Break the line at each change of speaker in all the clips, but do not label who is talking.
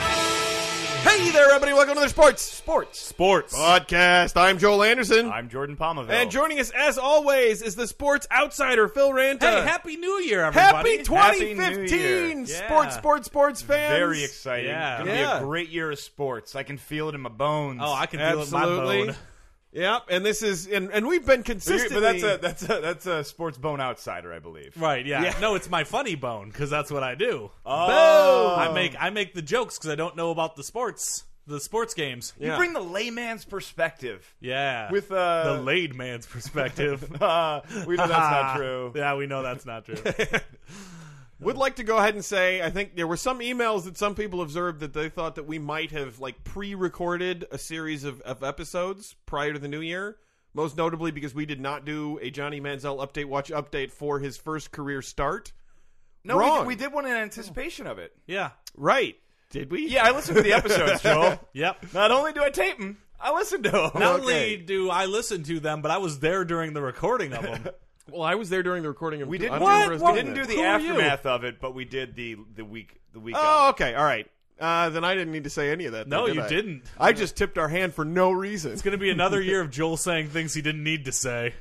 Hey there, everybody. Welcome to the Sports
Sports.
Sports.
Podcast. I'm Joel Anderson.
I'm Jordan Palmaville.
And joining us, as always, is the sports outsider, Phil Ranta.
hey, Happy New Year, everybody.
Happy 2015,
Happy New Year.
sports,
Yeah.
sports, sports fans.
Very exciting.
Yeah.
It's gonna be
Yeah.
a great year of sports. I can feel it in my bones.
Oh, I can feel it in my
Absolutely.
bone.
Yep. And this is, and, and we've been
But,
consistently.
but that's a that's a that's a sports bone outsider, I believe.
Right, yeah. No, it's my funny bone because that's what I do.
Oh,
I make I make the jokes because I don't know about the sports, the sports games.
you
Yeah.
bring the layman's perspective.
Yeah,
With, uh,
the laid man's perspective.
Uh, we know that's not true.
yeah, we know that's not true.
Would like to go ahead and say I think there were some emails that some people observed that they thought that we might have like pre-recorded a series of, of episodes prior to the new year. Most notably because we did not do a Johnny Manziel update watch update for his first career start.
No, we
Wrong.
did, we did one in anticipation of it.
yeah.
Right. Did we?
Yeah, I listened to the episodes, Joel.
Yep.
Not only do I tape them, I listen to them.
Not only do I listen to them, but I was there during the recording of them.
Well, I was there during the recording of
we didn't.
I'm
What?
doing for us
We
doing
didn't
this.
do the
Who are you?
aftermath of it, but we did the the week the week.
Oh, okay. All right. Uh, then I didn't need to say any of that.
No,
then, did
you
I?
didn't.
I just tipped our hand for no reason.
It's going to be another year of Joel saying things he didn't need to say.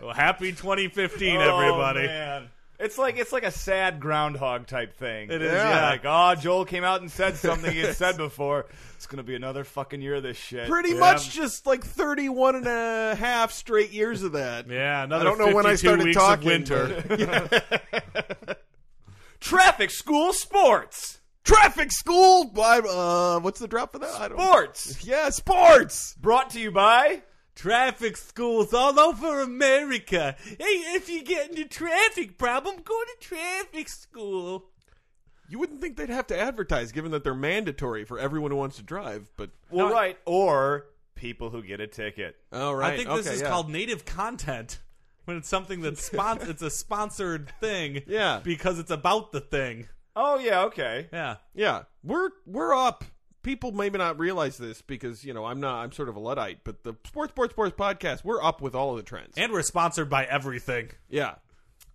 well, happy 2015,
Oh,
everybody.
man. It's like it's like a sad groundhog type thing.
It is,
You're
yeah.
Like, oh, Joel came out and said something he had said before. It's gonna be another fucking year of this shit.
Pretty
Yeah.
much just like 31 and a half straight years of that.
Yeah, another
I don't know when I
52
started
weeks
talking,
of winter.
Traffic school sports.
Traffic school. Why, Uh, what's the drop for that? I don't
Sports.
Yeah, sports.
Brought to you by
Traffic schools all over America. Hey, if you get into traffic problem, go to traffic school.
You wouldn't think they'd have to advertise, given that they're mandatory for everyone who wants to drive. But
Well
No.
right. Or people who get a ticket.
all right,
I think this
okay,
is
yeah.
called native content. When it's something that's spon- it's a sponsored thing.
Yeah.
Because it's about the thing.
Oh yeah, okay.
Yeah.
Yeah, we're we're up. People maybe not realize this because you know I'm not. I'm sort of a luddite, but the sports, sports, sports podcast. We're up with all of the trends.
And we're sponsored by everything.
yeah,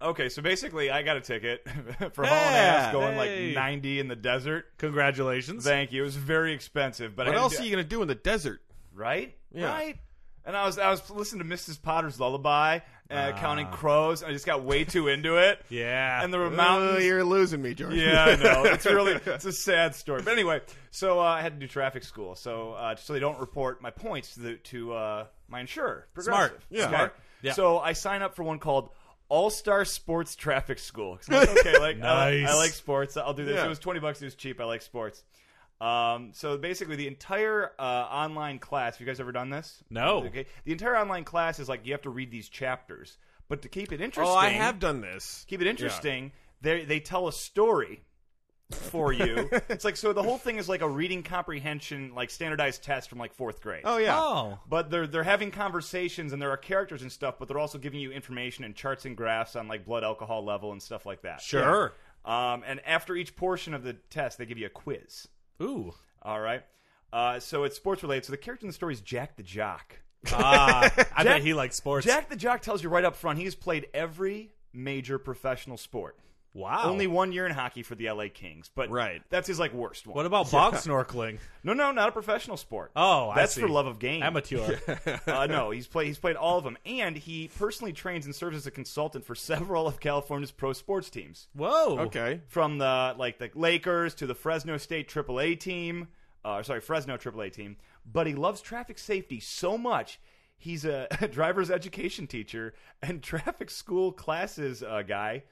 Okay, so basically I got a ticket for hauling
Yeah.
ass going
Hey.
like ninety in the desert.
Congratulations.
Thank you. It was very expensive, but I
what
had to
else
do-
are you gonna do in the desert?
right?
Yeah.
Right. And I was I was listening to Mrs. Potter's Lullaby, uh, counting
Ah.
crows, and I just got way too into it.
yeah.
And there were
Oh,
mountains.
you're losing me, George.
yeah, I know. It's really it's a sad story. But anyway, so uh, I had to do traffic school, so uh, so they don't report my points to the, to uh, my insurer. Progressive.
Yeah.
Okay?
Smart.
Yeah.
So I sign up for one called. All Star Sports Traffic School. 'Cause I'm like, okay, like I,
Nice.
I like sports. I'll do this.
Yeah.
It was twenty bucks. It was cheap. I like sports. Um, so basically, the entire uh, online class. Have you guys ever done this?
No.
Okay. The entire online class is like you have to read these chapters, but to keep it interesting,
Oh, I have done this.
keep it interesting. They they tell a story for you. it's like so the whole thing is like a reading comprehension, like standardized test from like fourth grade.
Oh yeah.
Oh.
But they're they're having conversations and there are characters and stuff, but they're also giving you information and charts and graphs on like blood alcohol level and stuff like that.
Sure.
Um, and after each portion of the test, they give you a quiz.
Ooh.
All right. Uh, so it's sports related. So the character in the story is Jack the Jock.
Ah, I bet he likes sports.
Jack the Jock tells you right up front he has played every major professional sport.
wow.
Only one year in hockey for the LA Kings, but
Right.
that's his like worst one.
what about bog snorkeling?
no, no, not a professional sport.
Oh, I
that's
see.
for love of game.
Amateur.
uh, no, he's played. He's played all of them, and he personally trains and serves as a consultant for several of California's pro sports teams,
Whoa.
Okay.
from the like the Lakers to the Fresno State AAA team. Uh, sorry, Fresno AAA team. But he loves traffic safety so much. He's a, driver's education teacher and traffic school classes uh, guy.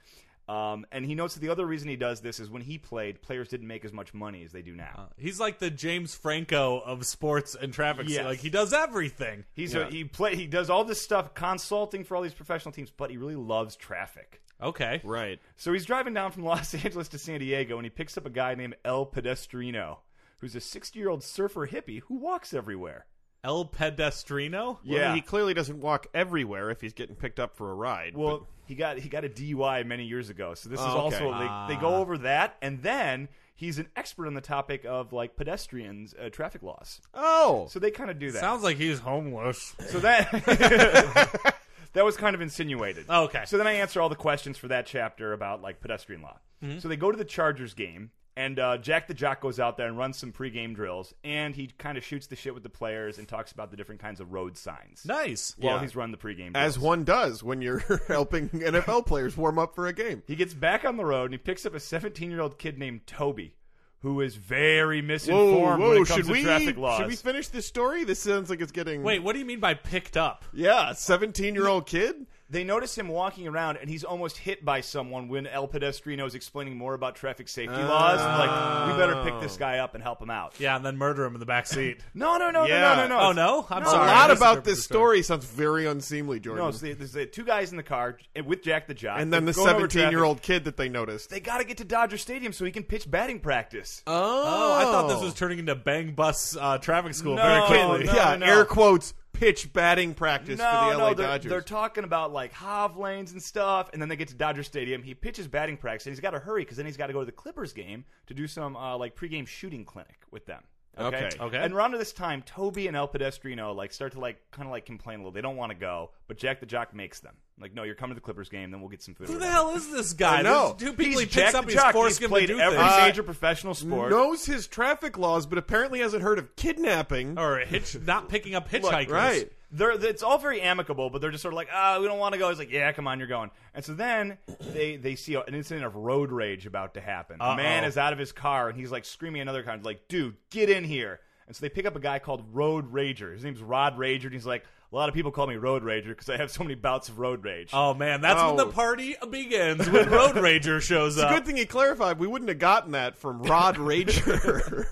Um, and he notes that the other reason he does this is when he played, players didn't make as much money as they do now.
He's like the James Franco of sports and traffic.
Yes.
Like he does everything.
He's a, he play he does all this stuff consulting for all these professional teams, but he really loves traffic.
Okay.
Right.
So he's driving down from Los Angeles to San Diego and he picks up a guy named El Pedestrino, who's a 60 year old surfer hippie who walks everywhere.
El Pedestrino?
Well,
Yeah.
He clearly doesn't walk everywhere if he's getting picked up for a ride.
Well, he got he got a DUI many years ago, so this is
Oh, okay.
also they, they go over that, and then he's an expert on the topic of like pedestrians uh, traffic laws.
but- oh,
So they kind of do that.
Sounds like he's homeless.
so that that was kind of insinuated.
Oh,
Okay.
So then I answer all the questions for that chapter about like pedestrian law.
Mm-hmm.
So they go to the Chargers game, and uh, Jack the Jock goes out there and runs some pregame drills, and he kind of shoots the shit with the players and talks about the different kinds of road signs
Nice.
while
Yeah.
he's running the pregame.
as
drills.
one does when you're helping NFL players warm up for a game.
He gets back on the road and he picks up a 17 year old kid named Toby, who is very misinformed when it comes
should
to
we
traffic laws.
should we finish this story? This sounds like it's getting
Wait, what do you mean by picked up?
Yeah, seventeen year old kid.
they notice him walking around and he's almost hit by someone when El Pedestrino is explaining more about traffic safety laws. Like, we better pick this
Oh.
guy up and help him out.
Yeah, and then murder him in the back seat.
No, no, no,
Yeah.
no, no, no, no.
oh no, I'm
A
sorry. I
lot
misinterpreted
about this
the
story sounds very unseemly, Jordan.
No, so they- there's the two guys in the car and with Jack the Jock.
and then
They're
the
going over
seventeen year
traffic.
old kid that they noticed.
They got to get to Dodger Stadium so he can pitch batting practice.
Oh,
Oh, I thought this was turning into bang bus uh, traffic school
No,
very
Oh, no,
quickly.
no.
yeah, air quotes pitch batting practice for the LA
no, they're,
Dodgers.
They're talking about like Hav lanes and stuff, and then they get to Dodger Stadium. He pitches batting practice, and he's got to hurry because then he's got to go to the Clippers game to do some uh, like pregame shooting clinic with them. Okay.
Okay.
Okay.
And around this time, Toby and El Pedestrino like start to like kind of like complain a little. They don't want to go, but Jack the Jock makes them. Like, no, you're coming to the Clippers game. Then we'll get some food.
Who
or
the
whatever."
hell is this guy?
I know.
There's two people he
He's
picks
Jack
up.
the
He's
Jock.
forcing him to
played
do
every
things.
major professional sport.
knows his traffic laws, but apparently hasn't heard of kidnapping.
or hitch, not picking up hitchhikers.
right.
they're it's all very amicable, but they're just sort of like, ah, we don't want to go. He's like, yeah, come on, you're going. And so then they they see an incident of road rage about to happen. A man is out of his car and he's like screaming another kind, like, dude, get in here. And so they pick up a guy called Road Rager. His name's Rod Rager, and he's like, a lot of people call me Road Rager because I have so many bouts of road rage.
Oh man, that's when
Oh.
the party begins when Road Rager shows
It's a
up.
good thing he clarified. We wouldn't have gotten that from Rod Rager.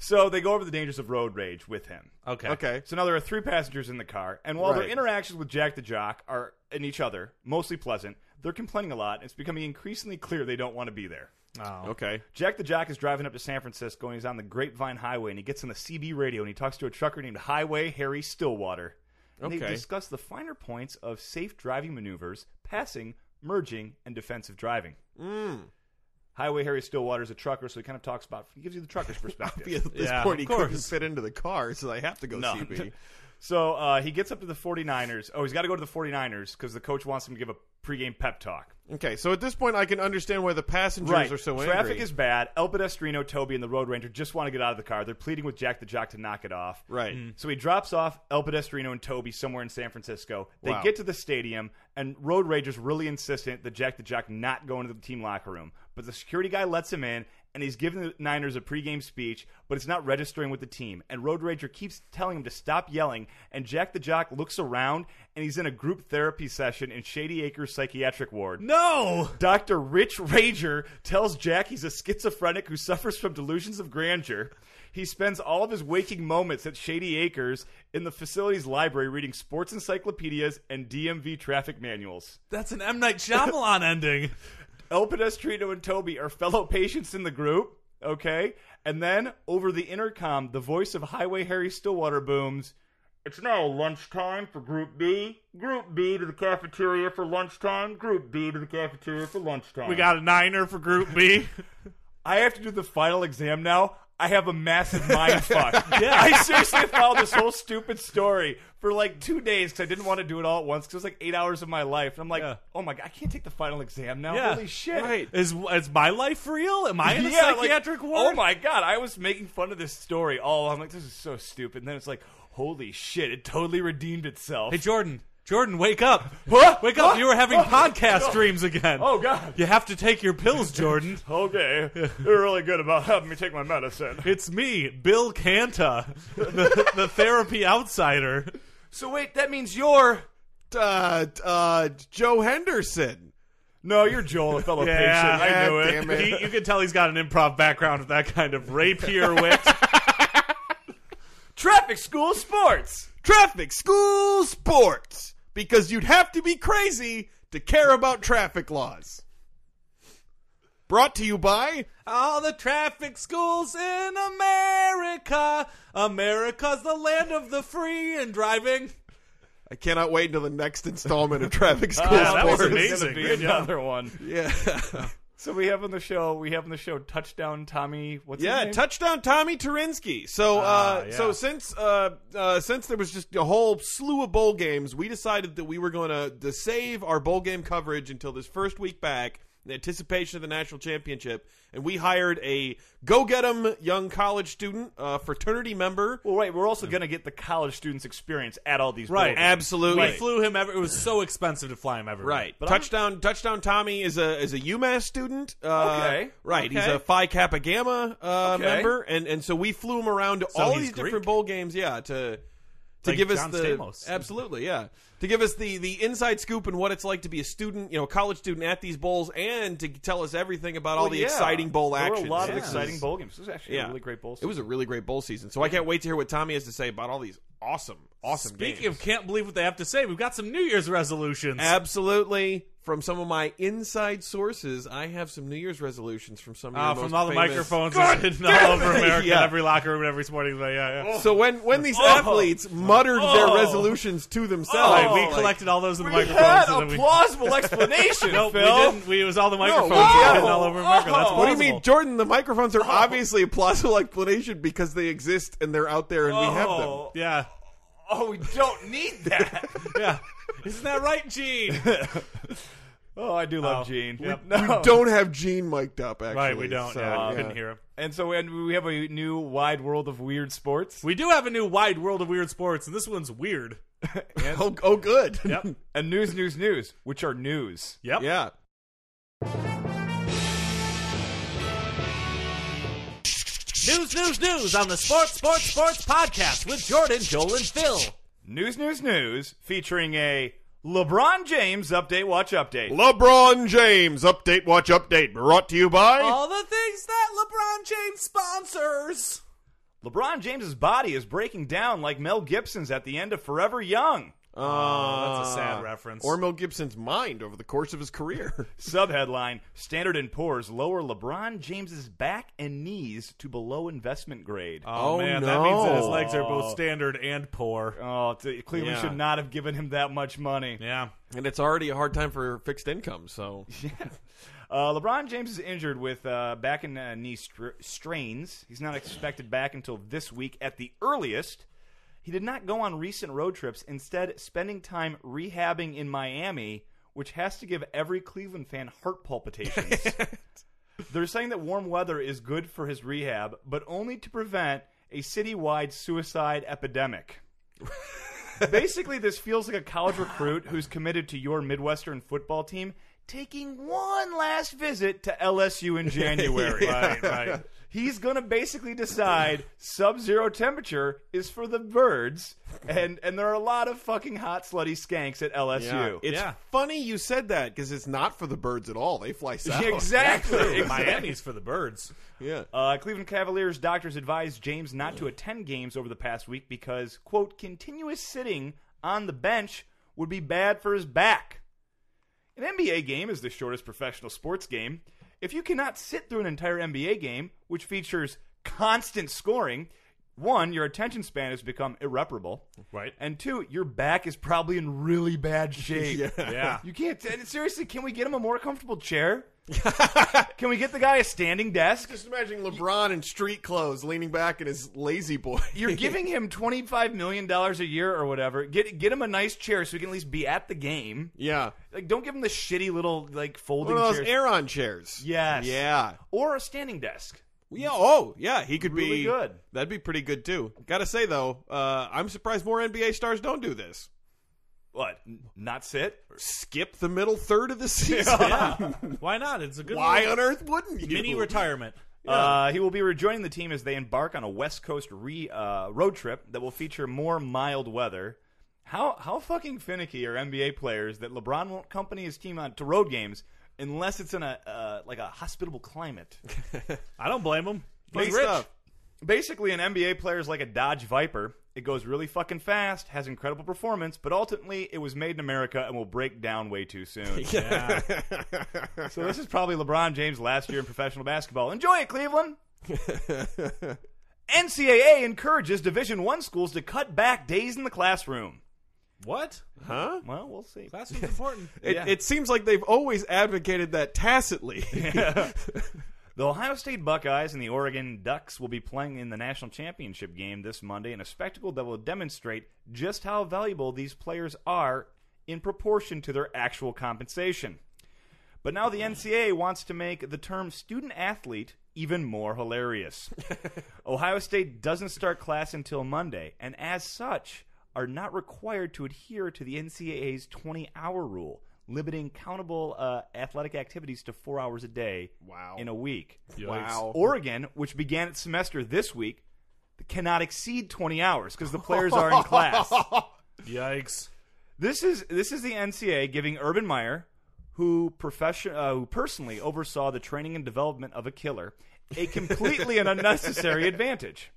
So they go over the dangers of road rage with him.
okay.
okay.
So now there are three passengers in the car, and while their
Right.
interactions with Jack the Jock are and each other mostly pleasant, they're complaining a lot. and It's becoming increasingly clear they don't want to be there.
Oh.
Okay.
Jack the Jock is driving up to San Francisco and he's on the Grapevine Highway and he gets on the CB radio and he talks to a trucker named Highway Harry Stillwater. And they
Okay.
discuss the finer points of safe driving maneuvers, passing, merging, and defensive driving.
Hmm.
Highway Harry Stillwater is a trucker, so he kind of talks about, he gives you the trucker's perspective.
At this
Yeah,
point, he
of course.
couldn't fit into the car, so they have to go
No.
CB.
So uh, he gets up to the 49ers. Oh, he's got to go to the 49ers because the coach wants him to give a pregame pep talk.
Okay, so at this point, I can understand why the passengers are so angry.
Traffic is bad. El Pedestrino, Toby, and the Road Ranger just want to get out of the car. They're pleading with Jack the Jock to knock it off.
Right.
Mm-hmm. So he drops off El Pedestrino and Toby somewhere in San Francisco. They
Wow.
get to the stadium, and Road Ranger's really insistent that Jack the Jock not go into the team locker room. But the security guy lets him in, and he's giving the Niners a pregame speech, but it's not registering with the team. And Road Ranger keeps telling him to stop yelling, and Jack the Jock looks around, and he's in a group therapy session in Shady Acres Psychiatric Ward.
No.
Dr. Rich Rager tells Jack he's a schizophrenic who suffers from delusions of grandeur. He spends all of his waking moments at Shady Acres in the facility's library reading sports encyclopedias and DMV traffic manuals.
That's an M Night Shyamalan ending.
El Pedestrino and Toby are fellow patients in the group, okay? And then over the intercom, the voice of Highway Harry Stillwater booms. It's now lunchtime for Group B. Group B to the cafeteria for lunchtime. Group B to the cafeteria for lunchtime.
We got a niner for Group B.
I have to do the final exam now. I have a massive mind fuck. yeah. I seriously followed this whole stupid story for like two days because I didn't want to do it all at once because it was like eight hours of my life. And I'm like,
Yeah.
oh my god, I can't take the final exam now.
Yeah.
Holy shit.
Right.
Is is my life real? Am I in a
Yeah, like,
psychiatric ward?
Oh my god, I was making fun of this story all. I'm like, this is so stupid. And then it's like, holy shit, it totally redeemed itself.
Hey Jordan, Jordan, wake up!
What?
Wake up!
What?
You were having
What?
podcast dreams again.
oh god.
You have to take your pills, Jordan.
Okay. They're really good about having me take my medicine.
It's me, Bill Canta, the, the therapy outsider.
So wait, that means you're
Uh, uh, Joe Henderson.
no, you're Joel, a fellow patient. I
yeah,
knew it.
damn it.
He, you can tell he's got an improv background with that kind of rapier wit.
Traffic School Sports.
Traffic, school, sports. Because you'd have to be crazy to care about traffic laws. Brought to you by
All the traffic schools in America. America's the land of the free and driving.
I cannot wait until the next installment of Traffic
Ah,
School
that was
Sports.
amazing.
It's gonna be
Good job.
another one.
Yeah,
So we have on the show, we have on the show touchdown Tommy. What's
yeah.
his name?
Touchdown, TommyTerinsky. So, uh,
Ah, yeah.
so since uh, uh, since there was just a whole slew of bowl games, we decided that we were going to to save our bowl game coverage until this first week back in anticipation of the national championship, and we hired a go get 'em young college student, uh, fraternity member.
well, right. We're also gonna get the college students' experience at all these
Right.
bowls.
We
Absolutely.
flew him. Every- it was so expensive to fly him everywhere.
Right. touchdown touchdown Tommy is a is a UMass student. Uh,
Okay.
Right. He's
Okay.
a Phi Kappa Gamma uh,
Okay.
member and and so we flew him around to
So
all
he's
these
Greek.
different bowl games, yeah, to to
Like
give us
John
the
Stamos.
Absolutely, yeah. To give us the the inside scoop and what it's like to be a student, you know, a college student at these bowls and to tell us everything about all
Well,
the
yeah.
exciting bowl
There were
action.
A lot of
Yeah.
exciting bowl games. This is actually a really great bowl.
It was a really great bowl season. So I can't wait to hear what Tommy has to say about all these awesome awesome games.
Speaking of can't believe what they have to say, we've got some New Year's resolutions.
Absolutely. From some of my inside sources, I have some New Year's resolutions from some of your
Ah,
most
from all the
famous-
microphones that's hidden all over America,
Yeah.
every locker room, and every sporting event. Yeah, yeah.
So when when these
Oh.
athletes muttered
Oh.
their resolutions to themselves,
Right, we
like,
collected all those in the
we
microphones.
had
and then
a
we,
plausible explanation,
nope, we
Phil.
didn't. We, it was all the microphones
wow.
hidden all over America. That's
Oh.
What do you
plausible.
mean, Jordan? The microphones are obviously a plausible explanation because they exist and they're out there and we have them.
Oh.
Yeah,
Oh, we don't need that.
yeah. Isn't that right, Gene?
oh, I do love
Oh.
Gene.
Yep.
We- no.
Don't have Gene mic'd up, actually.
right, we don't.
So,
yeah, we couldn't hear him.
And so, and we have a new wide world of weird sports.
We do have a new wide world of weird sports, and this one's weird.
Oh, oh, good.
Yep.
And news, news, news, which are news.
Yep.
yeah.
News, news, news on the Sports, Sports, Sports podcast with Jordan, Joel, and Phil.
News, news, news, featuring a LeBron James update, watch update.
LeBron James update, watch update, brought to you by.
All the things that LeBron James sponsors.
LeBron James's body is breaking down like Mel Gibson's at the end of Forever Young.
Uh,
Oh, that's a sad reference.
Or Mel Gibson's mind over the course of his career.
Subheadline: Standard and Poor's lower LeBron James's back and knees to below investment grade.
Oh,
Oh,
man, that means that his
no.
legs are both standard and poor.
oh, t- Cleveland
Yeah.
should not have given him that much money.
Yeah.
and it's already a hard time for fixed income, so.
Uh, LeBron James is injured with uh, back and uh, knee str- strains. He's not expected back until this week at the earliest. He did not go on recent road trips, instead, spending time rehabbing in Miami, which has to give every Cleveland fan heart palpitations. They're saying that warm weather is good for his rehab, but only to prevent a citywide suicide epidemic. Basically, this feels like a college recruit who's committed to your Midwestern football team taking one last visit to LSU in January.
Right, right.
He's going to basically decide sub zero temperature is for the birds, and, and there are a lot of fucking hot, slutty skanks at LSU.
It's
Yeah.
funny you said that because it's not for the birds at all. They fly south.
exactly.
Miami's for the birds.
Yeah.
Uh, Cleveland Cavaliers doctors advised James not to attend games over the past week because, quote, continuous sitting on the bench would be bad for his back. An NBA game is the shortest professional sports game. If you cannot sit through an entire NBA game, which features constant scoring, one, your attention span has become irreparable.
Right.
And two, your back is probably in really bad shape.
Yeah.
You can't. and Seriously, can we get him a more comfortable chair? can we get the guy a standing desk?
Just imagine LeBron in street clothes leaning back in his lazy boy.
You're giving him twenty five million dollars a year or whatever. Get get him a nice chair so he can at least be at the game.
yeah.
Like, don't give him the shitty little like folding
One of those
chairs.
Aeron chairs.
Yes.
Yeah.
or a standing desk.
Yeah. Oh, yeah. He could
Really
be
good.
That'd be pretty good too. Gotta say though, uh, I'm surprised more NBA stars don't do this.
What? N- Not sit?
Skip the middle third of the season.
Why not? It's a good
Why
little
on earth wouldn't you?
mini retirement.
Uh, he will be rejoining the team as they embark on a West Coast re, uh, road trip that will feature more mild weather. How how fucking finicky are NBA players that LeBron won't accompany his team on to road games unless it's in a uh, like a hospitable climate.
I don't blame him.
Great
He's rich.
stuff.
Basically, an NBA player is like a Dodge Viper. It goes really fucking fast, has incredible performance, but ultimately it was made in America and will break down way too soon. so this is probably LeBron James' last year in professional basketball. Enjoy it, Cleveland. NCAA encourages Division One schools to cut back days in the classroom.
What?
Huh?
Well, we'll see.
Classroom's important.
It,
Yeah.
it seems like they've always advocated that tacitly.
The Ohio State Buckeyes and the Oregon Ducks will be playing in the national championship game this Monday in a spectacle that will demonstrate just how valuable these players are in proportion to their actual compensation. But now the NCAA wants to make the term student athlete even more hilarious. Ohio State doesn't start class until Monday, and as such, are not required to adhere to the NCAA's 20 hour rule, limiting countable uh, athletic activities to four hours a day
Wow.
in a week.
Wow.
Oregon, which began its semester this week, cannot exceed 20 hours because the players are in class.
Yikes.
This is this is the NCAA giving Urban Meyer, who profession uh, who personally oversaw the training and development of a killer, a completely and unnecessary advantage.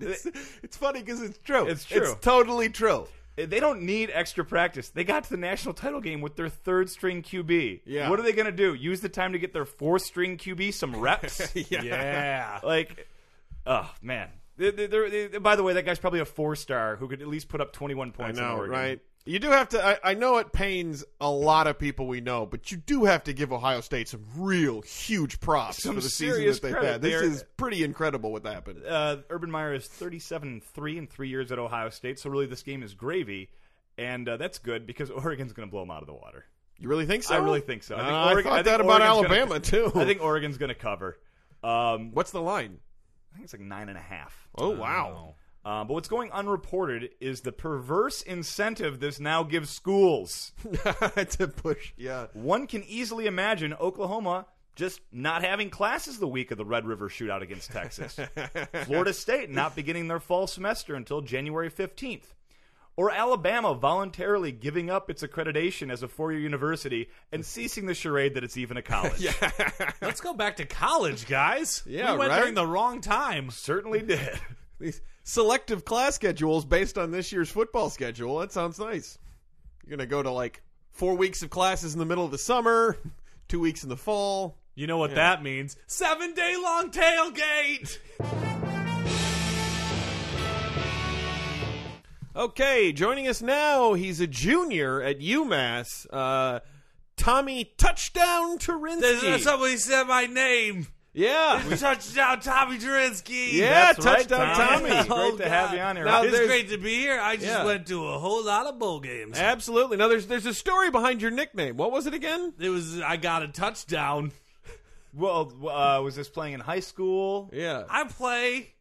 It's, it's funny because it's true.
It's true.
It's totally true.
They don't need extra practice. They got to the national title game with their third string QB.
Yeah.
What are they going to do? Use the time to get their fourth string QB some reps?
Yeah.
like, oh man. They- they- they're- they- by the way, that guy's probably a four star who could at least put up twenty one
I
points. in
know,
Oregon.
right? You do have to. I, I know it pains a lot of people we know, but you do have to give Ohio State some real huge props
Some
for the season
serious
that they've
credit
had. This
there.
is pretty incredible what happened.
uh, Urban Meyer is 37 and 3 in three years at Ohio State, so really this game is gravy. And uh, that's good because Oregon's going to blow them out of the water.
You really think so?
I really think so. I think
Uh, I
Oregon-
thought
I think
that about
Oregon's gonna-
Alabama too.
I think Oregon's going to cover. Um,
What's the line?
I think it's like nine and a half.
Oh wow!
Uh, but what's going unreported is the perverse incentive this now gives schools.
to push, yeah.
One can easily imagine Oklahoma just not having classes the week of the Red River shootout against Texas. Florida State not beginning their fall semester until January 15th. Or Alabama voluntarily giving up its accreditation as a four year university and ceasing the charade that it's even a college.
Let's go back to college, guys.
Yeah,
we went
right?
during the wrong time.
Certainly did.
These selective class schedules based on this year's football schedule. That sounds nice. You're gonna go to like four weeks of classes in the middle of the summer, two weeks in the fall.
You know what that means? Seven day long tailgate.
Okay, joining us now, he's a junior at UMass. Uh, Tommy Touchdown Turinsky.
somebody said my name.
Yeah,
Touchdown, Tommy Drinsky. Oh,
yeah,
That's right,
Touchdown
Tommy.
Tommy.
Great to have you on here.
Now
It is
there's-
to be here. I just
Yeah.
to a whole lot of bowl games.
Absolutely. Now there's there's a story behind your nickname. What was it again?
It was I got a touchdown.
well, uh, was this playing in high school?
Yeah.
I play.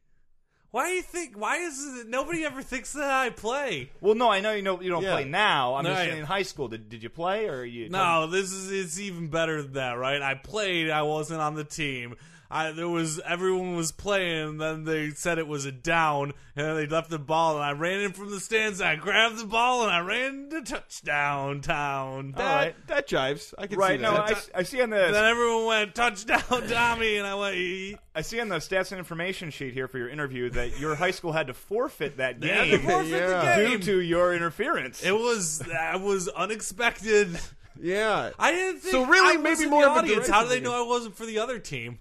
Why do you think? Why is it, nobody ever thinks that I play?
Well, no, I know you know you don't
Yeah.
play now. I'm
No,
just
I-
saying in high school. Did, did you play or you?
No, this is it's even better than that, right? I played. I wasn't on the team. I there was everyone was playing. And then they said it was a down, and then they left the ball, and I ran in from the stands. I grabbed the ball, and I ran to touchdown town.
that,
right.
that jives. I can
Right,
see
no,
that.
I, I see on the
Then everyone went touchdown, Tommy, and I went. "Ee."
I see on the stats and information sheet here for your interview that your high school had to forfeit that
They had to
game
forfeit the
Yeah.
due
game.
to your interference.
It was that was unexpected.
yeah.
I didn't think.
So really,
I was
maybe
in
more
the
of a
audience. How do they
direction
know I wasn't for the other team?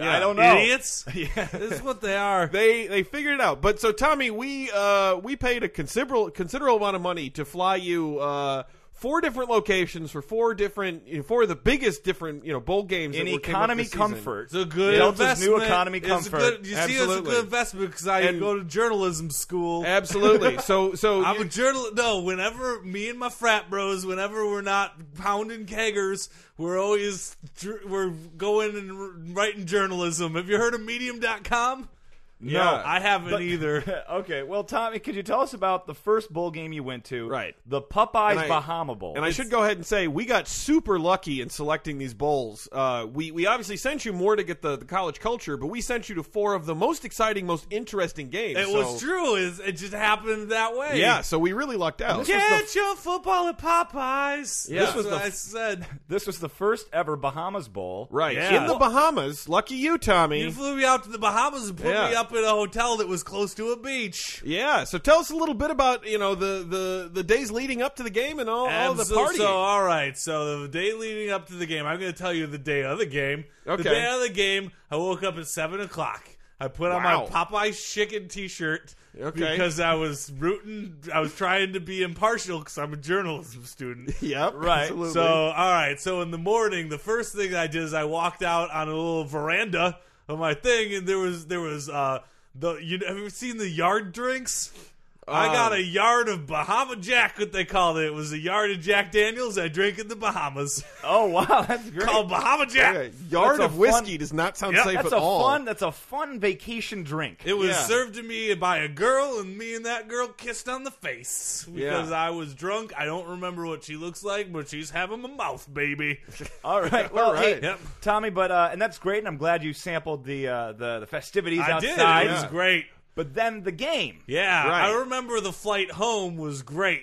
I don't know.
Idiots. this is what they are.
They they figured it out. But so Tommy, we uh we paid a considerable considerable amount of money to fly you uh four different locations for four different you know, four of the biggest different you know bowl games
In
that were- came up
economy
this season.
comfort,
It's a good
Delta's
investment.
new economy
It's a
comfort.
good- you see, it's a
Absolutely.
good investment because I
And-
go to journalism school.
Absolutely. So so
I'm
you-
a journal. No, whenever me and my frat bros, whenever we're not pounding keggers, we're always dr- we're going and r- writing journalism. Have you heard of Medium.com? No,
Yeah.
I haven't either.
okay, well, Tommy, could you tell us about the first bowl game you went to?
Right.
the Popeyes
And I-
Bahama Bowl.
And I should go ahead and say we got super lucky in selecting these bowls. Uh, we we obviously sent you more to get the, the college culture, but we sent you to four of the most exciting, most interesting games.
It
so-
was true. It's, it just happened that way.
Yeah, so we really lucked out.
Get your football at Popeyes.
Yeah.
That's
This was
what
the-
I said.
This was the first ever Bahamas Bowl.
right
Yeah.
in the Bahamas. Lucky you, Tommy.
You flew me out to the Bahamas and put
Yeah.
me up up in a hotel that was close to a beach.
Yeah, so tell us a little bit about you know the the, the days leading up to the game and all, all the
Abso-
partying.
So, all right. So the day leading up to the game, I'm going to tell you the day of the game.
Okay.
The day of the game, I woke up at seven o'clock. I put on
Wow.
my Popeye chicken T-shirt
Okay.
because I was rooting. I was trying to be impartial because I'm a journalism student.
Yep,
Right.
Absolutely.
So, all right. So in the morning, the first thing I did is I walked out on a little veranda of my thing, and there was there was uh the you have you ever seen the yard drinks?
Uh,
I got a yard of Bahama Jack, what they called it. It was a yard of Jack Daniels I drank in the Bahamas
Oh wow, that's great.
called Bahama Jack.
Okay, yard
That's a
of whiskey
fun-
does not sound
Yep,
safe
that's
at
a
all.
fun. That's a fun vacation drink.
It was
Yeah.
served to me by a girl, and me and that girl kissed on the face because I was drunk. I don't remember what she looks like, but she's having a mouth, baby.
All right. Well,
right.
hey,
Yep.
Tommy, but uh, and that's great, and I'm glad you sampled the uh, the, the festivities
I did. It
outside.
was great.
But then the game.
Yeah,
Right.
I remember the flight home was great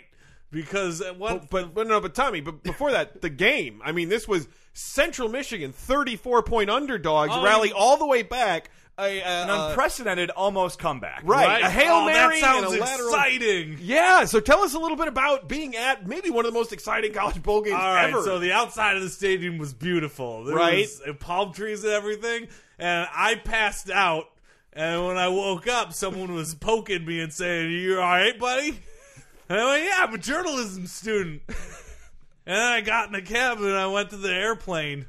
because at one
Oh, But, but but no, but Tommy, but before that, the game. I mean, this was Central Michigan, thirty-four point underdogs,
Oh,
rally
you-
all the back. A, uh,
An
uh,
unprecedented almost comeback.
right, a hail
oh,
mary
that sounds
and a lateral.
exciting.
Yeah, so tell us a little bit about being at maybe one of the most exciting college bowl games
All right,
ever.
so the outside of the stadium was beautiful. There
Right.
was, uh, palm trees and everything, and I passed out. And when I woke up, someone was poking me and saying, "You all right, buddy?" And I went, "Yeah, I'm a journalism student." and then I got in a cab and I went to the airplane.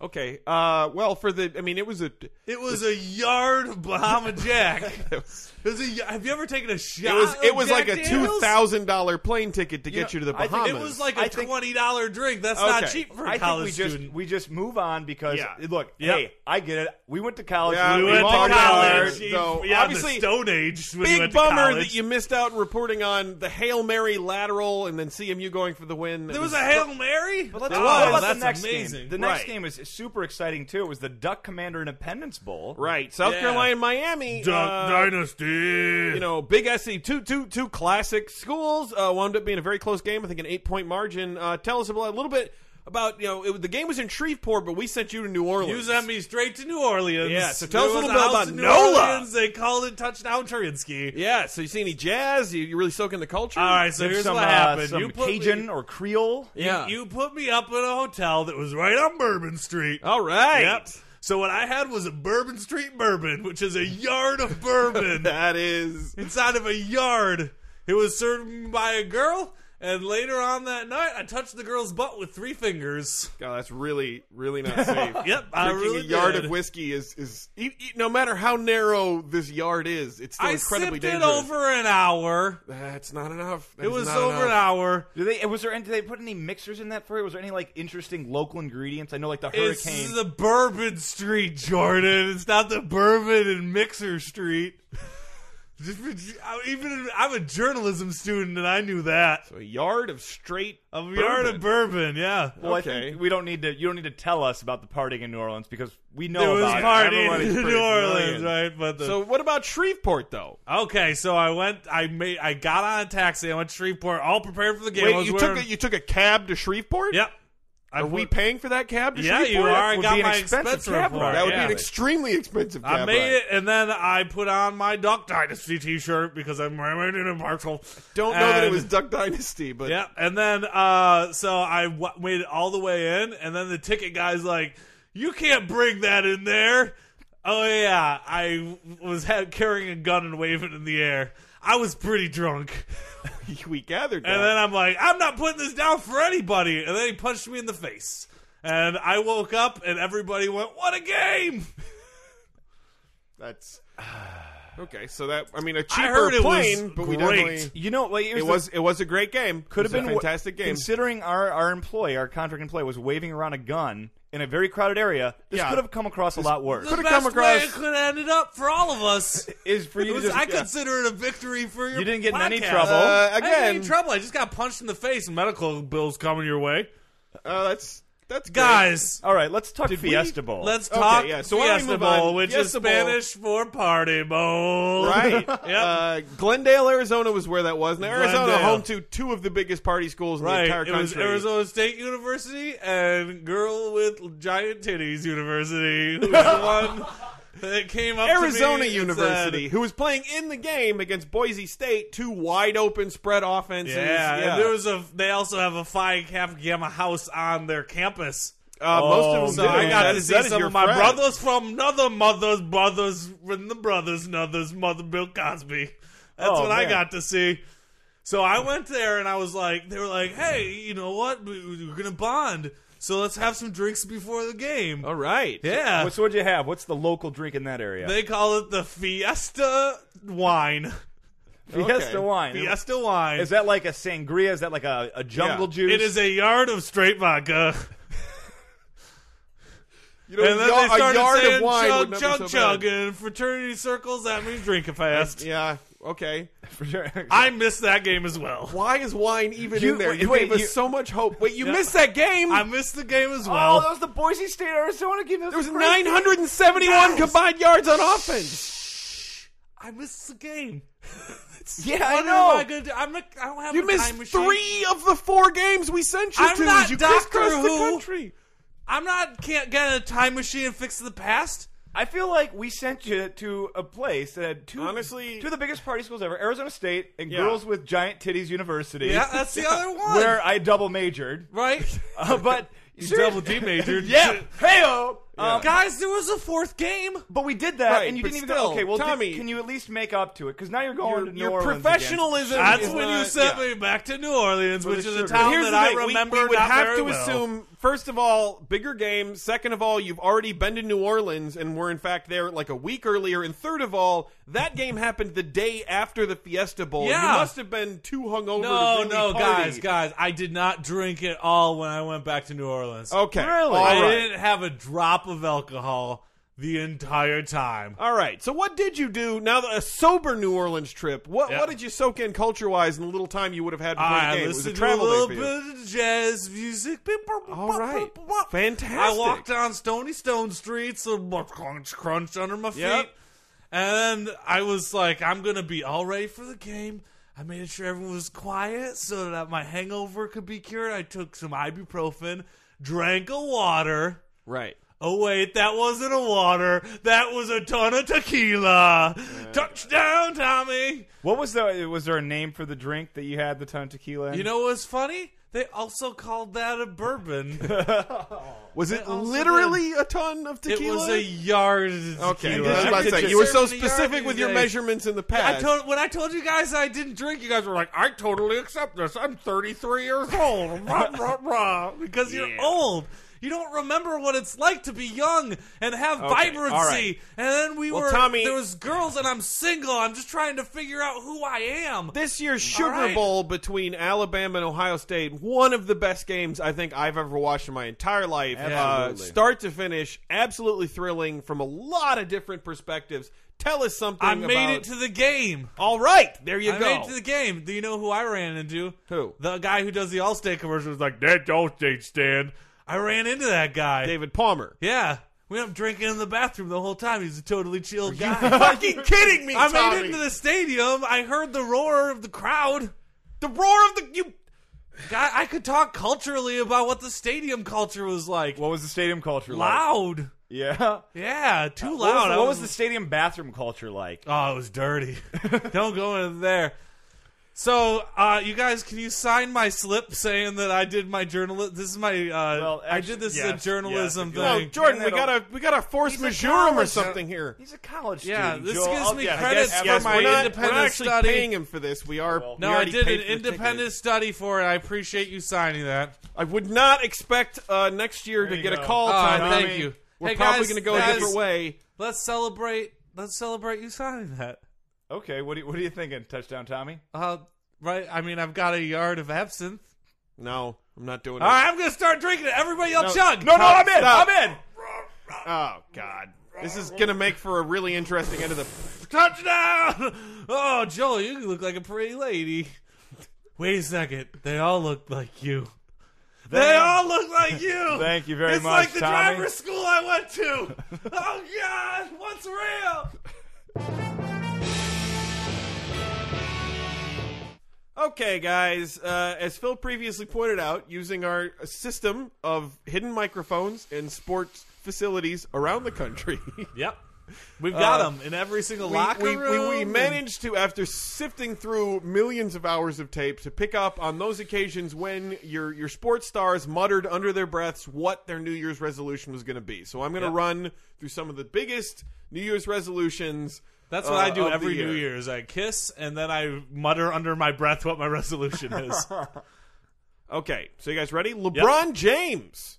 okay, uh, well, for the, I mean, it was a,
It was a yard of Bahama Jack.
it was,
It was a- have you ever taken a shot?
it was,
of
it was
Jack
like a
Daniels?
two thousand dollar plane ticket to get you to the
I think it
Bahamas.
It was like a
I think-
twenty dollar drink. That's not
Okay.
cheap for a
I think we
college
just
student.
we just move on because
Yeah.
look,
Yep.
hey, I get it. We went to college.
Yeah,
we
we
went
all
to
got
college.
there. so
yeah,
obviously,
the Stone Age. When you
Big
went
bummer
to college.
that you missed out reporting on the Hail Mary lateral and then CMU going for the win.
There was a hail mary.
But let's
Oh,
talk about
that's
the next
amazing.
game. The next
Right.
game was super exciting too. It was the Duck Commander Independence Bowl.
right. South
Yeah.
Carolina, Miami.
Duck
uh,
Dynasty.
you know, big SC, two, two, two classic schools. Uh, wound up being a very close game. I think an eight point margin. Uh, tell us a little bit about you know it, the game was in Shreveport, but we sent you to New Orleans.
you sent me straight to New Orleans.
Yeah, so tell us a
There was
little bit
house
about
in New
NOLA.
Orleans. They called it touchdown Trinsky.
yeah. So you see any jazz? You, you really soak in the culture?
All right, so
Give
here's
some,
what
uh,
happened.
some
you put
Cajun
me,
or Creole.
Yeah.
you put me up in a hotel that was right on Bourbon Street.
All Oh, right.
Yep. So what I had was a Bourbon Street bourbon, which is a yard of bourbon
That is.
inside of a yard. It was served to me by a girl, and later on that night, I touched the girl's butt with three fingers.
God, that's really, really not safe.
Yep, I
Drinking
really
a yard
did.
of whiskey is is e- e- no matter how narrow this yard is, it's still
I
incredibly
sipped it
dangerous.
over an hour.
That's not enough. That
It
is
was
not
over an
enough.
hour.
Do they? Was there? any- Did they put any mixers in that for you? Was there any like interesting local ingredients? I know like the
It's
hurricane.
the Bourbon Street, Jordan. It's not the Bourbon and Mixer Street. I- Even I'm a journalism student, and I knew that.
A yard of straight
A yard of bourbon, yeah.
Well, I
Okay.
think we don't need to. You don't need to tell us about the partying in New Orleans because we know
It was
about
party
it.
in
Everybody's pretty
New Orleans,
familiar.
right? But the
So what about Shreveport though?
Okay, so I went. I made. I got on a taxi. I went to Shreveport, all prepared for the game. I
Wait,
was
you
wearing,
took a, you took a cab to Shreveport?
Yep. I
Are we
put-
paying for that cab to
Yeah,
Shreveport?
you are. I
would
got
be an
my
expensive
expense
cab
report.
ride.
That would
yeah.
be an extremely expensive cab.
I made
ride.
it, and then I put on my Duck Dynasty T-shirt because I'm wearing it in partial.
Don't know that it
And-
was Duck Dynasty, but
Yeah, and then uh, so I w- made it all the way in, and then the ticket guy's like, "You can't bring that in there." Oh yeah, I was ha- carrying a gun and waving it in the air. I was pretty drunk.
we gathered that.
And then I'm like, I'm not putting this down for anybody. And then he punched me in the face. And I woke up and everybody went, What a game!
That's okay. So that I mean a cheaper
I heard it was
plane, but we
great.
definitely
You know, like,
it
the-
was it was a great game.
could have
It was
been
a fantastic game.
Considering our our employee, our contract employee, was waving around a gun in a very crowded area, this
Yeah.
could have come across a lot worse.
The
Could've
best
come across-
way it could have ended up for all of us.
Is for
It
you
was,
to just,
I consider it a victory for your
You didn't get in any
podcast.
trouble.
Uh,
I didn't get
again,
in trouble. I just got punched in the face and medical bills coming your way.
uh, that's that's great.
Guys,
All right, let's talk Fiesta Bowl.
let's
Okay,
talk
yeah, so why don't we
Fiesta
move on?
Bowl, which
Fiesta
is
Bowl.
Spanish for party bowl.
Right.
Yep.
Uh, Glendale, Arizona was where that was. Now, Arizona,
Glendale.
home to two of the biggest party schools in the entire
It
country.
was Arizona State University and Girl with Giant Titties University, who was the one It came up
Arizona
to me and
University,
said-
who was playing in the game against Boise State, two wide open spread offenses.
yeah, and there was a. They also have a Phi Kappa Gamma house on their campus.
uh, most of them.
Oh, So
did.
I got
That
to
is-
see
that is
some
your
of my
friend.
brothers from another mother's brothers from the brothers another's mother Bill Cosby. That's
Oh,
what I
man.
got to see. So I went there and I was like, they were like, hey, you know what? We- We're gonna bond, so let's have some drinks before the game.
All right.
Yeah,
What's what'd you have? What's the local drink in that area?
they call it the Fiesta wine.
Fiesta
Okay.
wine.
Fiesta wine.
Is that like a sangria? Is that like a, a jungle
Yeah.
juice?
it is a yard of straight vodka.
You know,
And then
a
they
yard- a
started
yard
saying
of wine
chug,
would not be
chug,
so
chug.
bad.
And in fraternity circles, that means drinking fast.
Yeah. Okay.
for sure.
I missed that game as well.
Why is wine even
You-
in there?
wait,
You
wait,
gave us
you-
so much hope. Wait, you missed that game.
I missed the game as
oh, that
well.
was the Boise State Arizona game. That
there was
a great game.
971 combined yards on offense.
I missed the game.
Yeah, I
What am
know.
I gonna do? I'm not, I don't have
You
a
missed
time machine.
three of the four games we sent you
I'm
to.
not
as you
Doctor
crisscrossed the
Who.
country.
I'm not can't get a time machine and fix the past.
I feel like we sent you to a place that had two,
Honestly-
two of the biggest party schools ever: Arizona State and
Yeah.
Girls with Giant Titties University.
Yeah, that's the other one.
where I double majored.
right?
Uh, but
You double D majored. Uh,
yeah, heyo. Um,
Guys, there was a fourth game.
but we did that,
Right,
and you
but
didn't even
still,
go. Okay, well, did-
Tommy-
can you at least make up to it? Because now you're going
Your,
to New
your
Orleans
professionalism.
That's
is
when you
not-
sent
yeah.
me back to New Orleans, which
the
is a
sugar.
town
Here's
that
the
I
thing, we-
remember
We, would
not
have
very
to
well.
assume, first of all, bigger game. Second of all, you've already been to New Orleans and were in fact there like a week earlier. And third of all, that game happened the day after the Fiesta Bowl.
Yeah.
You must have been too hungover.
No,
to really
no,
party.
guys, guys, I did not drink at all when I went back to New Orleans.
Okay, All
Really?
I
right.
didn't have a drop of alcohol the entire time.
All right. So, what did you do now? That, a sober New Orleans trip. What
Yeah.
what did you soak in culture wise in the little time you would have had before
I
the game? It was a
listened to a
travel
little
day for you.
bit of jazz music.
All right.
I
Fantastic.
walked down Stony Stone Street, so crunch, crunch under my feet.
Yep.
And then I was like, I'm going to be all ready for the game. I made sure everyone was quiet so that my hangover could be cured. I took some ibuprofen, drank a water.
Right.
Oh wait, that wasn't a water. That was a ton of tequila. Touchdown, Tommy.
What was the? Was there a name for the drink that you had the ton of tequila? In?
You know what's funny? They also called that a bourbon.
Was it
also
literally a ton of
it
tequila?
was a yard of
Okay,
tequila.
I was about to
Did
say
you
you were so
serve in a yard
specific with
these
your
days?
measurements in the
I
past.
told when I told you guys I didn't drink, you guys were like, "I totally accept this. I'm 33 years old." rah, rah, rah, because you're old. You don't remember what it's like to be young and have vibrancy.
all right.
And then we
Well,
were
Tommy-
there was girls and I'm single. I'm just trying to figure out who I am.
this year's Sugar
right.
Bowl between Alabama and Ohio State, one of the best games I think I've ever watched in my entire life. Uh,
Absolutely.
start to finish, absolutely thrilling from a lot of different perspectives. Tell us something
I made
about-
it to the game.
All right, there you
I
go.
made it to the game. Do you know who I ran into?
Who?
The guy who does the Allstate commercial was like, that Allstate stand. I ran into that guy.
David Palmer.
Yeah. We ended up drinking in the bathroom the whole time. He's a totally chill guy.
fucking kidding me,
I
Tommy?
made it into the stadium. I heard the roar of the crowd.
the roar of the you.
Guy, I could talk culturally about what the stadium culture was like.
what was the stadium culture like?
loud.
Yeah.
Yeah, too
What was,
loud. I
what was the stadium bathroom culture like?
Oh, it was dirty. Don't go in there. So, uh, you guys, can you sign my slip saying that I did my journalist? This is my. Uh,
Well,
I
actu-
did this
yes,
as a journalism
yes, if you
No,
thing.
Jordan, we
He's a
got a we got a force
He's a
majeure or
college-
something here.
He's a college
Yeah,
student.
this
Joel.
gives
I'll-
me
yeah, I
credits
guess-
for
yes,
my
we're not-
independent
we're not actually
study.
paying him for this. We are. we
no, I
already
did
paid
an
for the ticket.
independent study for it. I appreciate you signing that.
I would not expect uh, next year to
you
get a
go.
call.
Oh,
Tommy.
thank you.
We're
Hey,
probably
guys,
going to go a
guys.
different way.
Let's celebrate. Let's celebrate you signing that.
Okay, what are, you- what are you thinking? Touchdown, Tommy.
Uh, right. I mean, I've got a yard of absinthe.
No, I'm not doing it.
All right, I'm gonna start drinking it. Everybody, else chug.
No, no, I'm in.
Stop.
I'm in.
Oh God, this is going to make for a really interesting end of the.
Touchdown! Oh, Joel, you look like a pretty lady. Wait a second. They all look like you. They all look like you.
Thank you very
it's
much,
It's like the
Tommy.
driver's school I went to. oh God, what's real?
Okay, guys, uh, as Phil previously pointed out, using our system of hidden microphones in sports facilities around the country.
Yep. We've got them in every single locker
we, we,
room.
we
and-
managed to, after sifting through millions of hours of tape, to pick up on those occasions when your your sports stars muttered under their breaths what their New Year's resolution was going to be. So I'm going to
Yep.
run through some of the biggest New Year's resolutions.
That's what
uh,
I do
of the
every
year.
New Year's. I kiss and then I mutter under my breath what my resolution is.
Okay, so you guys ready? LeBron James.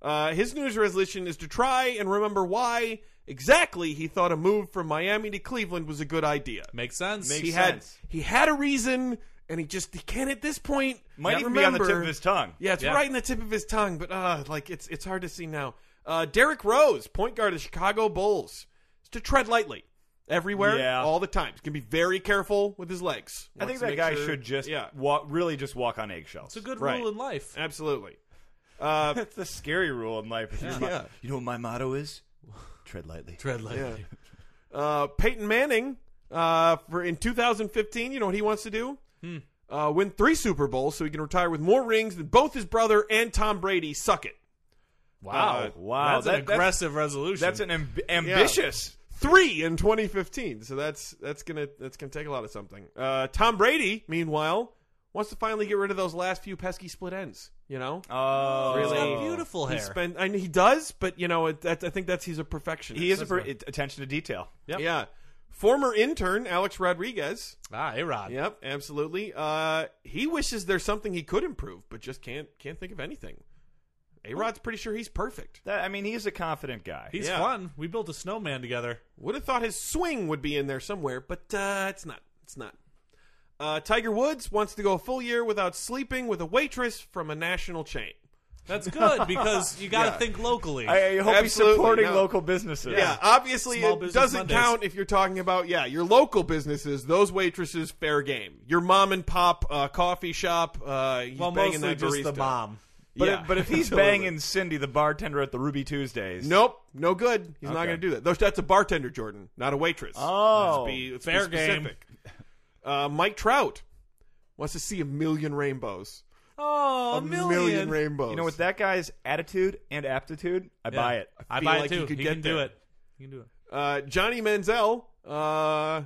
Uh, his New Year's resolution is to try and remember why exactly he thought a move from Miami to Cleveland was a good idea.
Makes sense.
he
Makes
had
sense.
he had a reason, and he just he can't at this point.
Might
not
even
remember.
be on the tip of his tongue.
Yeah, it's
Yeah.
right in the tip of his tongue, but uh, like it's it's hard to see now. Uh, Derrick Rose, point guard of Chicago Bulls, is to tread lightly everywhere,
Yeah.
all the time. He's gonna be very careful with his legs.
I
Wants
think
to
that
make
guy
sure-
should just
yeah,
walk, really just walk on eggshells.
it's a good
Right.
rule in life.
absolutely. Uh,
That's the scary rule in life. If you're my-
Yeah.
You know what my motto is? Tread lightly.
Tread lightly.
uh, Peyton Manning uh, for in 2015. You know what he wants to do?
Hmm.
Uh, win three Super Bowls so he can retire with more rings than both his brother and Tom Brady. Suck it.
Wow.
Uh, wow.
That's
That-
an
that's-
aggressive resolution.
That's an amb- ambitious.
Three in 2015. So that's that's gonna that's gonna take a lot of something. Uh, Tom Brady, meanwhile, wants to finally get rid of those last few pesky split ends. You know.
Oh,
He's got
really-
beautiful
He
hair.
spend, I mean, he does, but you know, it, that, I think that's he's a perfectionist.
He is a per- it- attention to detail.
Yep.
yeah. Former intern Alex Rodriguez
ah, A-Rod.
Yep, absolutely. Uh, he wishes there's something he could improve, but just can't can't think of anything. A Rod's pretty sure he's perfect.
That, I mean, he's a confident guy.
He's
Yeah.
fun. We built a snowman together.
Would have thought his swing would be in there somewhere, but uh, it's not. It's not. Uh, Tiger Woods wants to go a full year without sleeping with a waitress from a national chain.
That's good because you got to think locally.
I, I hope
Absolutely,
he's supporting
no.
local businesses.
Yeah, obviously
Small
it
Business
doesn't
Mondays.
count if you're talking about yeah your local businesses. Those waitresses, fair game. Your mom and pop uh, coffee shop. Uh, he's
well,
banging
mostly
that
just the
barista.
mom.
But,
Yeah,
if, but if he's
absolutely.
banging Cindy, the bartender at the Ruby Tuesdays.
Nope, no good. He's not
Okay.
going to do that. Those- That's a bartender, Jordan, not a waitress.
Oh.
Let's be- let's be
Fair game.
specific. Uh, Mike Trout wants to see a million rainbows.
Oh,
A million, rainbows.
You know, with that guy's attitude and aptitude, I
Yeah.
buy it.
I,
feel
buy
like
it
you
too.
could
he
get
can do
there.
it. He can do it.
uh, Johnny Manziel, uh,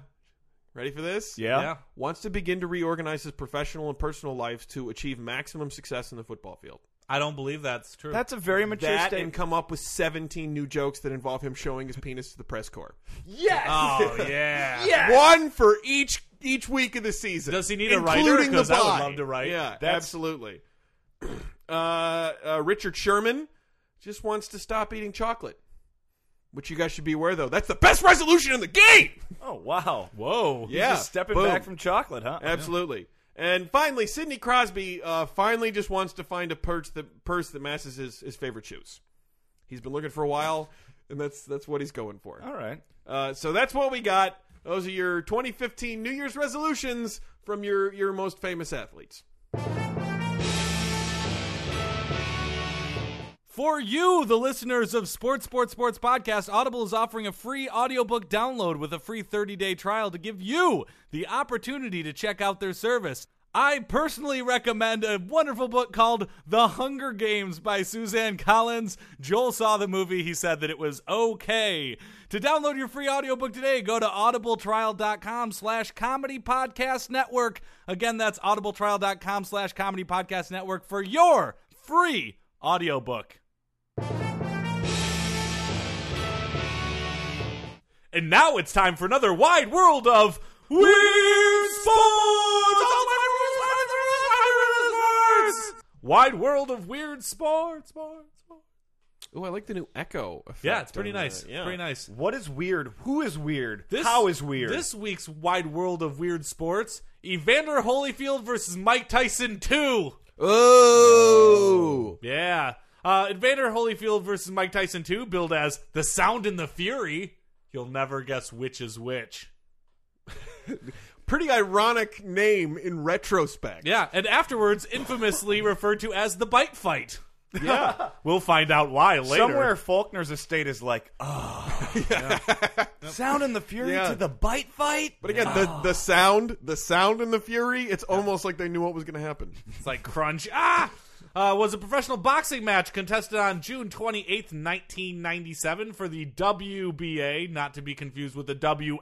ready for this?
Yeah.
Yeah.
Wants to begin to reorganize his professional and personal lives to achieve maximum success in the football field.
I don't believe that's true.
That's a very mature
that and
statement.
come up with 17 new jokes that involve him showing his penis to the press corps.
yes.
oh yeah.
Yes!
One for each each week of the season.
Does he need a writer?
including the
'Cause I would
bye.
love to write.
Yeah,
That's-
absolutely. uh, uh, Richard Sherman just wants to stop eating chocolate, which you guys should be aware though. That's the best resolution in the game.
Oh wow.
Whoa.
He's
Yeah.
just stepping
Boom.
back from chocolate, huh?
Absolutely. And finally, Sidney Crosby uh, finally just wants to find a purse that purse that matches his, his favorite shoes. He's been looking for a while, and that's that's what he's going for.
All right.
Uh, so that's what we got. Those are your 2015 New Year's resolutions from your your most famous athletes.
For you, the listeners of Sports Sports Sports Podcast, Audible is offering a free audiobook download with a free 30-day trial to give you the opportunity to check out their service. I personally recommend a wonderful book called The Hunger Games by Suzanne Collins. Joel saw the movie, he said that it was okay. To download your free audiobook today, go to audibletrial.com slash comedy podcast network. Again, that's audibletrial.com slash comedy podcast network for your free audiobook.
And now it's time for another wide world of weird sports. Wide world of weird sports. Sports. sports.
Oh, I like the new Echo. Effect
Yeah, it's pretty
on that.
nice.
Yeah.
Pretty nice.
What is weird? Who is weird? How is weird?
This week's wide world of weird sports: Evander Holyfield versus Mike Tyson two.
Oh,
Yeah. Uh, Evander Holyfield versus Mike Tyson 2, billed as The Sound and the Fury. You'll never guess which is which.
pretty ironic name in retrospect.
Yeah, and afterwards, infamously referred to as The Bike Fight.
Yeah.
We'll find out why later.
Somewhere Faulkner's estate is like, oh. Sound and the Fury
Yeah.
to the bite fight?
but again, the the sound, the sound and the fury. It's almost like they knew what was going to happen.
It's like crunch. Ah! uh, was a professional boxing match contested on June 28th, 1997 for the WBA, not to be confused with the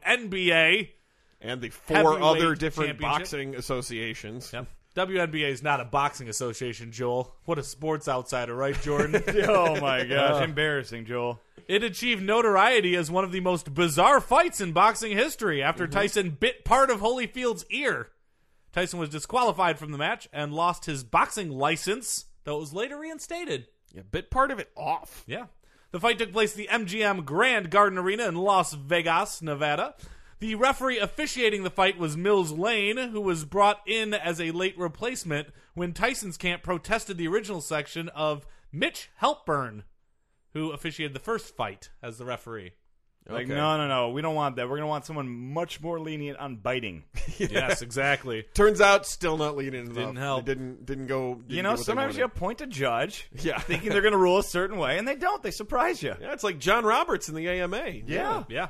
WNBA.
and the four other
Heavyweight
different
championship.
boxing associations.
Yep. WNBA is not a boxing association, Joel. What a sports outsider, right, Jordan?
oh my gosh, embarrassing, Joel.
It achieved notoriety as one of the most bizarre fights in boxing history after
Mm-hmm.
Tyson bit part of Holyfield's ear. Tyson was disqualified from the match and lost his boxing license, though it was later reinstated.
Yeah, bit part of it off.
Yeah. The fight took place at the MGM Grand Garden Arena in Las Vegas, Nevada. The referee officiating the fight was Mills Lane, who was brought in as a late replacement when Tyson's camp protested the original section of Mitch Helpburn, who officiated the first fight as the referee.
Like,
Okay.
no, no, no. We don't want that. We're going to want someone much more lenient on biting.
Yes, exactly.
Turns out, still not leading enough.
Didn't help.
They didn't didn't go. didn't
you
do
know,
what they
sometimes you
wanted.
appoint a judge
Yeah.
thinking they're going to rule a certain way, and they don't. They surprise you.
Yeah, it's like John Roberts in the AMA.
Yeah.
Yeah.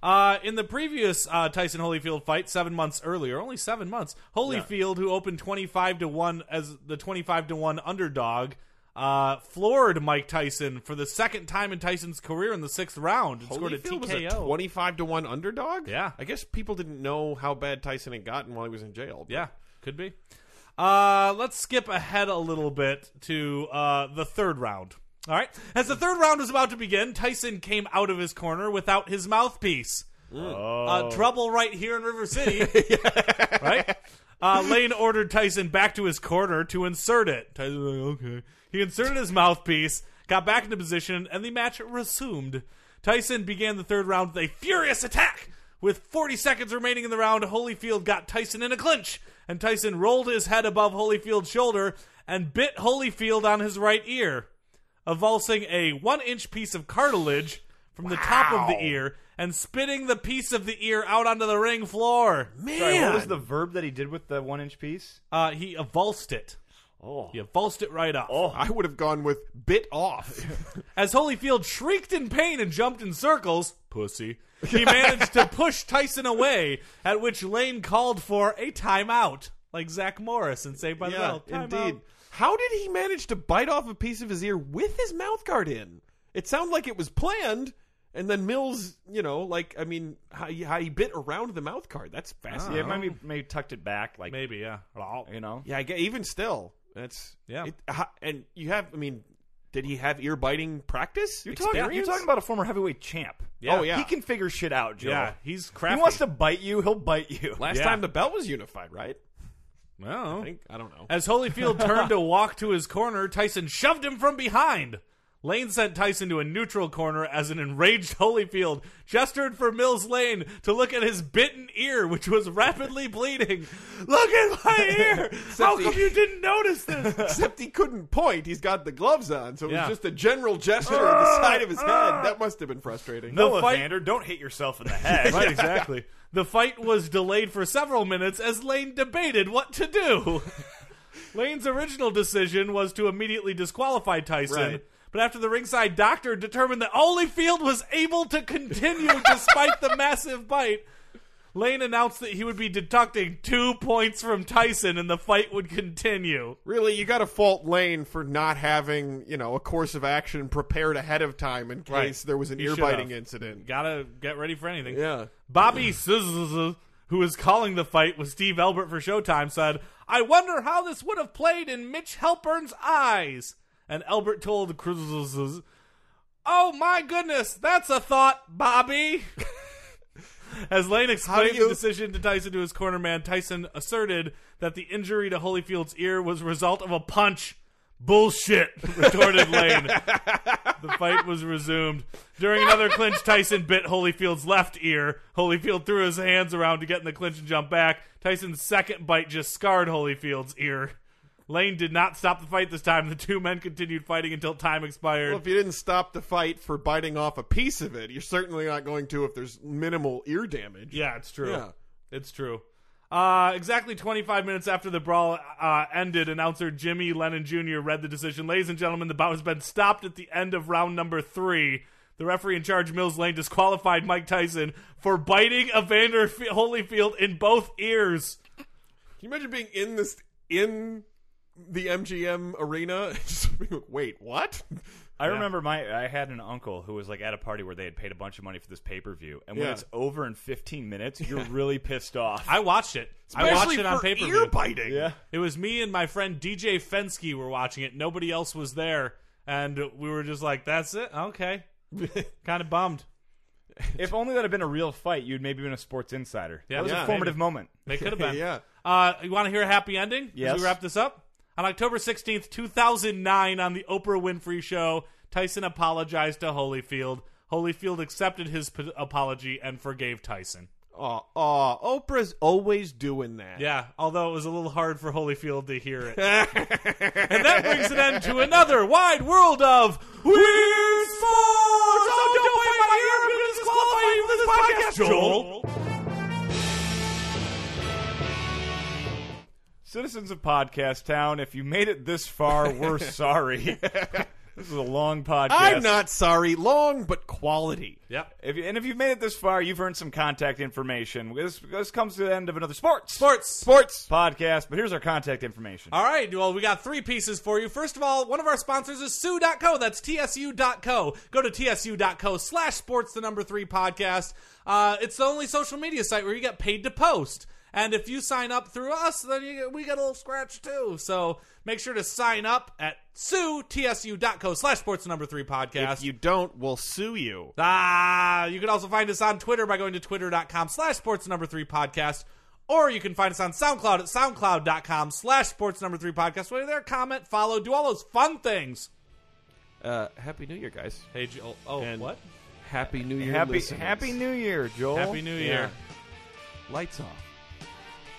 Uh, in the previous uh, Tyson Holyfield fight, seven months earlier, only seven months, Holyfield, who opened twenty-five to one as the twenty-five to one underdog, uh, floored Mike Tyson for the second time in Tyson's career in the sixth round and scored a
Holyfield was a
TKO.
twenty-five to one underdog.
Yeah.
I guess people didn't know how bad Tyson had gotten while he was in jail. but-
yeah, could be. Uh, let's skip ahead a little bit to uh, the third round. All right, as the third round was about to begin, Tyson came out of his corner without his mouthpiece. uh, trouble right here in River City, right? Uh, Lane ordered Tyson back to his corner to insert it. Tyson was like, okay. He inserted his mouthpiece, got back into position, and the match resumed. Tyson began the third round with a furious attack. With 40 seconds remaining in the round, Holyfield got Tyson in a clinch, and Tyson rolled his head above Holyfield's shoulder and bit Holyfield on his right ear avulsing a one inch piece of cartilage from the top of the ear and spitting the piece of the ear out onto the ring floor.
Sorry, what was the verb that he did with the one inch piece?
Uh, he avulsed it.
Oh.
He avulsed it right up.
I would have gone with bit off.
As Holyfield shrieked in pain and jumped in circles, pussy, he managed to push Tyson away, at which Lane called for a timeout, like Zach Morris and Saved by the Bell. Timeout.
indeed. How did he manage to bite off a piece of his ear with his mouth guard in? It sounded like it was planned. And then Mills, you know, like I mean, how he, how he bit around the mouth guard. That's
Yeah,
fascinating.
maybe, maybe tucked it back. Like,
Maybe, yeah.
you know?
Yeah, I get, even still, that's
Yeah.
It, ha- and you have, I mean, did he have ear biting practice?
You're talking, you're talking about a former heavyweight champ.
Yeah. Oh, yeah.
He can figure shit out, Joel.
Yeah, he's crafty.
He wants to bite you, he'll bite you.
last
yeah.
time the belt was unified, right?
Well.
I think I don't know.
As Holyfield turned to walk to his corner, Tyson shoved him from behind. Lane sent Tyson to a neutral corner as an enraged Holyfield gestured for Mills Lane to look at his bitten ear, which was rapidly bleeding. Look at my ear! How come you didn't notice this?
Except he couldn't point. He's got the gloves on, so it
Yeah.
was just a general gesture of the side of his head. That must have been frustrating.
No.
No,
fight-
Evander, don't hit yourself in the head.
right, exactly. The fight was delayed for several minutes as Lane debated what to do. Lane's original decision was to immediately disqualify Tyson.
Right.
But after the ringside doctor determined that Holyfield was able to continue despite the massive bite, Lane announced that he would be deducting two points from Tyson and the fight would continue.
Really, you got to fault Lane for not having, you know, a course of action prepared ahead of time in case
Right.
there was an
He
ear
should have.
biting incident.
Gotta get ready for anything.
Yeah.
Bobby Sizzle, who was calling the fight with Steve Elbert for Showtime, said, I wonder how this would have played in Mitch Helpern's eyes. And Elbert told Sizzle, Oh my goodness, that's a thought, Bobby. As Lane explained
you-
the decision to Tyson to his corner man, Tyson asserted that the injury to Holyfield's ear was a result of a punch. Bullshit, retorted Lane. The fight was resumed. During another clinch, Tyson bit Holyfield's left ear. Holyfield threw his hands around to get in the clinch and jump back. Tyson's second bite just scarred Holyfield's ear. Lane did not stop the fight this time. The two men continued fighting until time expired.
Well, if you didn't stop the fight for biting off a piece of it, you're certainly not going to if there's minimal ear damage.
Yeah, it's true.
Yeah.
It's true. Uh, exactly 25 minutes after the brawl uh, ended, announcer Jimmy Lennon Jr. read the decision. Ladies and gentlemen, the bout has been stopped at the end of round number three. The referee in charge, Mills Lane, disqualified Mike Tyson for biting Evander F- Holyfield in both ears.
Can you imagine being in this in the MGM arena. Just being like, Wait, what?
I remember my I had an uncle who was like at a party where they had paid a bunch of money for this pay per view, and when
Yeah.
it's over in 15 minutes, you're really pissed off.
I watched it. I watched
Especially
it on
for
paper.
Ear biting.
yeah,
It was me and my friend DJ Fensky were watching it. Nobody else was there, and we were just like, "That's it, okay." kind of bummed.
if only that had been a real fight, you'd maybe been a Sports Insider.
Yeah,
that was
yeah,
a formative moment.
They could have been.
Yeah.
Uh, you want to hear a happy ending? as
Yes.
we wrap this up on October sixteenth, two thousand nine, on the Oprah Winfrey Show, Tyson apologized to Holyfield. Holyfield accepted his p- apology and forgave Tyson.
Aw, aw, Oprah's always doing that.
Yeah, although it was a little hard for Holyfield to hear it. and that brings an end to another wide world of weird sports. Oh, don't, play my ear. I'm going to disqualify you from this podcast, Joel.
Citizens of Podcast Town, if you made it this far, we're sorry. this is a long podcast.
I'm not sorry. Long but quality.
Yep.
If you, and if you've made it this far, you've earned some contact information. This, this comes to the end of another sports
Sports.
Sports.
podcast, but here's our contact information.
All right, well, we got three pieces for you. First of all, one of our sponsors is Sue.co. That's TSU.co. Go to TSU.co slash sports the number three podcast. Uh, it's the only social media site where you get paid to post. And if you sign up through us, then you, get- we get a little scratch too. So make sure to sign up at Sue, TSU.co slash sports the number three podcast.
If you don't, we'll sue you.
Ah, you can also find us on Twitter by going to twitter.com slash sports number three podcast. Or you can find us on SoundCloud at soundcloud.com slash sports number three podcast. While you're there, comment, follow, do all those fun things.
Uh, Happy New Year, guys.
Hey, Joel. Oh,
And-
what?
Happy New Year.
Happy
listeners.
Happy New Year, Joel.
Happy New Year.
Lights off.